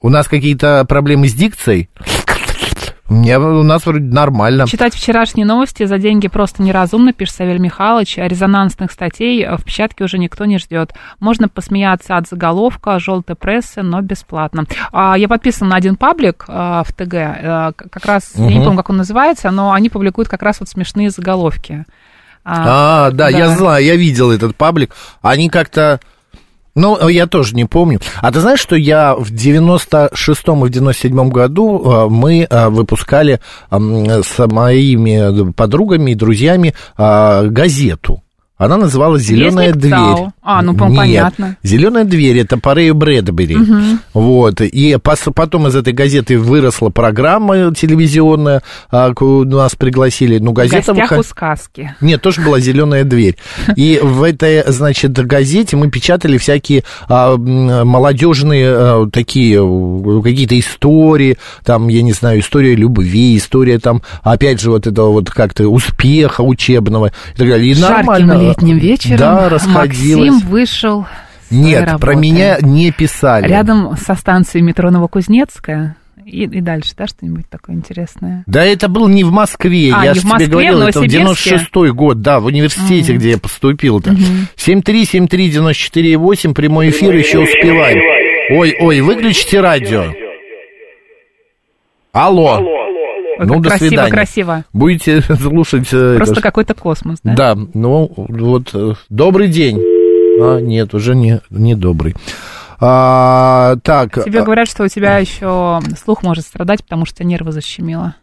S4: У нас какие-то проблемы с дикцией? У, меня, у нас вроде нормально.
S1: Читать вчерашние новости за деньги просто неразумно, пишет Савель Михайлович. А Резонансных статей в печатке уже никто не ждет. Можно посмеяться от заголовка, желтой прессы, но бесплатно. А, я подписана на один паблик а, в ТГ, а, как раз, я не
S4: Мгм.
S1: помню, как он называется, но они публикуют как раз вот смешные заголовки.
S4: А, да, я знаю, я видел этот паблик. Они как-то... Ну, я тоже не помню. А ты знаешь, что я в 96-м и в 97-м году э, мы э, выпускали эм, с моими подругами и друзьями э, газету. Она называлась «Зеленая
S1: Вестник
S4: дверь».
S1: Тау. А, ну, по-моему, понятно.
S4: «Зеленая дверь» — это по Рэю Брэдбери.
S1: Мгм.
S4: Вот. И пос- потом из этой газеты выросла программа телевизионная. а, к- Нас пригласили. Ну,
S1: В
S4: газета...
S1: гостях
S4: выход-
S1: у сказки.
S4: нет, тоже была зеленая дверь. И в этой, значит, газете мы печатали всякие а, м, молодежные а, такие э, какие-то истории, там, я не знаю, история любви, история там, опять же, вот этого вот как-то успеха учебного и так далее. И
S1: Жарким
S4: нормально.
S1: летним вечером
S4: Да, расходилось.
S1: Максим вышел с своей
S4: Нет, про
S1: работы.
S4: меня не писали.
S1: Рядом со станцией метро Новокузнецкая. И, и дальше, да, что-нибудь такое интересное?
S4: Да это был не в Москве,
S1: А,
S4: я
S1: не
S4: же
S1: в
S4: тебе
S1: Москве,
S4: говорил,
S1: в
S4: это в
S1: Новосибирске?
S4: 96-й год, да, в университете, где я поступил-то. 7373948, прямой эфир, еще успеваем. Ой, ой, выключите радио. Алло.
S1: Ой,
S4: Ну,
S1: как
S4: до
S1: красиво,
S4: свидания.
S1: красиво.
S4: Будете слушать... э,
S1: Просто
S4: это ж-
S1: какой-то космос, да?
S4: Да, ну, вот, э, добрый день. А, нет, уже не, не добрый. А, так,
S1: Тебе
S4: а,
S1: говорят, что у тебя еще слух может страдать, потому что нервы защемило.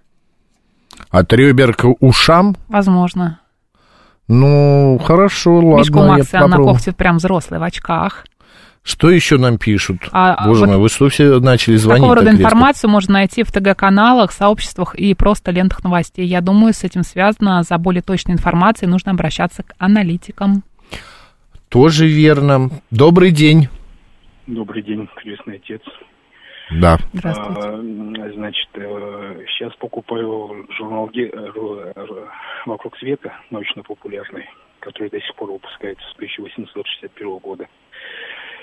S4: а, от ребер к ушам?
S1: Возможно.
S4: Ну, хорошо, ладно,
S1: Мишка у
S4: я
S1: Макса на
S4: попробую.
S1: когте прям взрослый, в очках.
S4: Что еще нам пишут?
S1: А,
S4: Боже
S1: вот
S4: мой, вы что все начали звонить?
S1: Такого
S4: так
S1: рода
S4: резко?
S1: информацию можно найти в ТГ-каналах, сообществах и просто лентах новостей. Я думаю, с этим связано. За более точной информацией нужно обращаться к аналитикам.
S4: Тоже верно. Добрый день.
S7: Добрый день, крестный отец.
S4: Да.
S7: А, м, значит, э, сейчас покупаю журнал «Ге- э, Ру- Ру- «Вокруг света», научно-популярный, который до сих пор выпускается с 1861 года.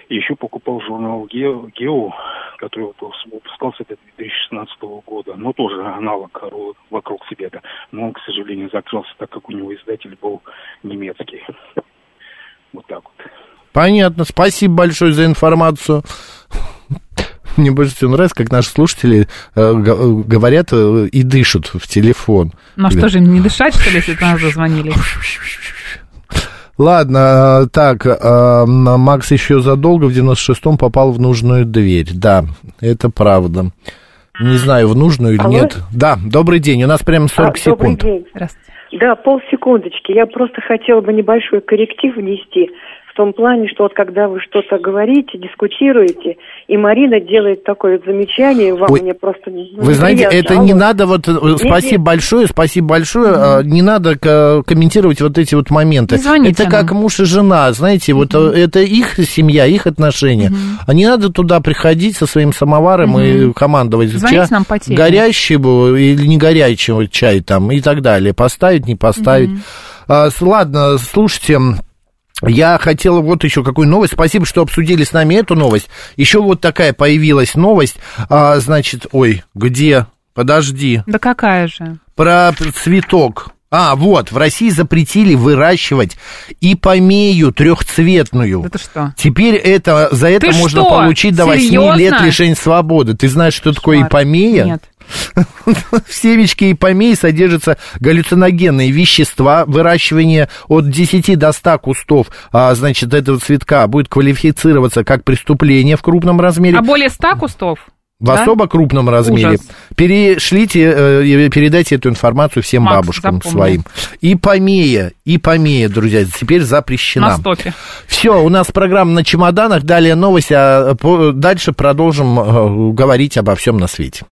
S7: И еще покупал журнал «Гео», «Гео», который выпус- выпускался до 2016 года, но тоже аналог «Ру- «Вокруг света». Но он, к сожалению, закрылся, так как у него издатель был немецкий. Вот так вот.
S4: Понятно. Спасибо большое за информацию. Мне больше всего нравится, как наши слушатели э, г- э, говорят э, и дышат в телефон.
S1: Ну а что
S4: Говорят,
S1: же, им не дышать, что ли, если до нас зазвонили?
S4: Ладно, э, так, э, м, Макс еще задолго в 96-м попал в нужную дверь. Да, это правда. Не знаю, в нужную или
S8: Алло?
S4: нет. Да, добрый день. У нас прям 40
S8: А, добрый
S4: секунд.
S8: день. Да, полсекундочки. Я просто хотела бы небольшой корректив внести в том плане, что вот когда вы что-то говорите, дискутируете, и Марина делает такое вот замечание, вам
S4: Ой.
S8: мне просто не-
S5: Ну,
S4: Вы знаете,
S8: неприятно.
S5: а
S4: это не надо вот... э, Спасибо большое, спасибо большое. э, Не надо э, комментировать вот эти вот моменты.
S1: Не звоните
S4: это как муж и жена, знаете, вот э, это их семья, их отношения. А не надо туда приходить со своим самоваром и
S1: Мгм.
S4: командовать.
S1: Звоните
S4: ча-
S1: нам по теме.
S4: Горящего или не горячего чай там и так далее. Поставить, не поставить. А, с- Ладно, слушайте... Я хотела вот еще какую новость. Спасибо, что обсудили с нами эту новость. Еще вот такая появилась новость. А, значит, ой, где? Подожди.
S1: Да какая же?
S4: Про цветок. А, вот, в России запретили выращивать и помею трехцветную. Это
S1: что?
S4: Теперь это, за это
S1: Ты
S4: можно
S1: что?
S4: получить до 8 лет
S1: Серьезно?
S4: лишения свободы. Ты знаешь, что такое ипомея?
S1: Нет.
S4: В семечке ипомеи содержатся галлюциногенные вещества. Выращивание от 10 до 100 кустов, а, значит, этого цветка будет квалифицироваться как преступление в крупном размере.
S1: А более ста кустов?
S4: В
S1: Да?
S4: особо крупном размере.
S1: Ужас.
S4: Перешлите, э, и передайте эту информацию всем
S1: Макс,
S4: бабушкам
S1: запомнил.
S4: своим. И помея, и помея, друзья, теперь запрещена.
S1: На стопе.
S4: Все, у нас программа на чемоданах, далее новости, а по- дальше продолжим э, говорить обо всем на свете.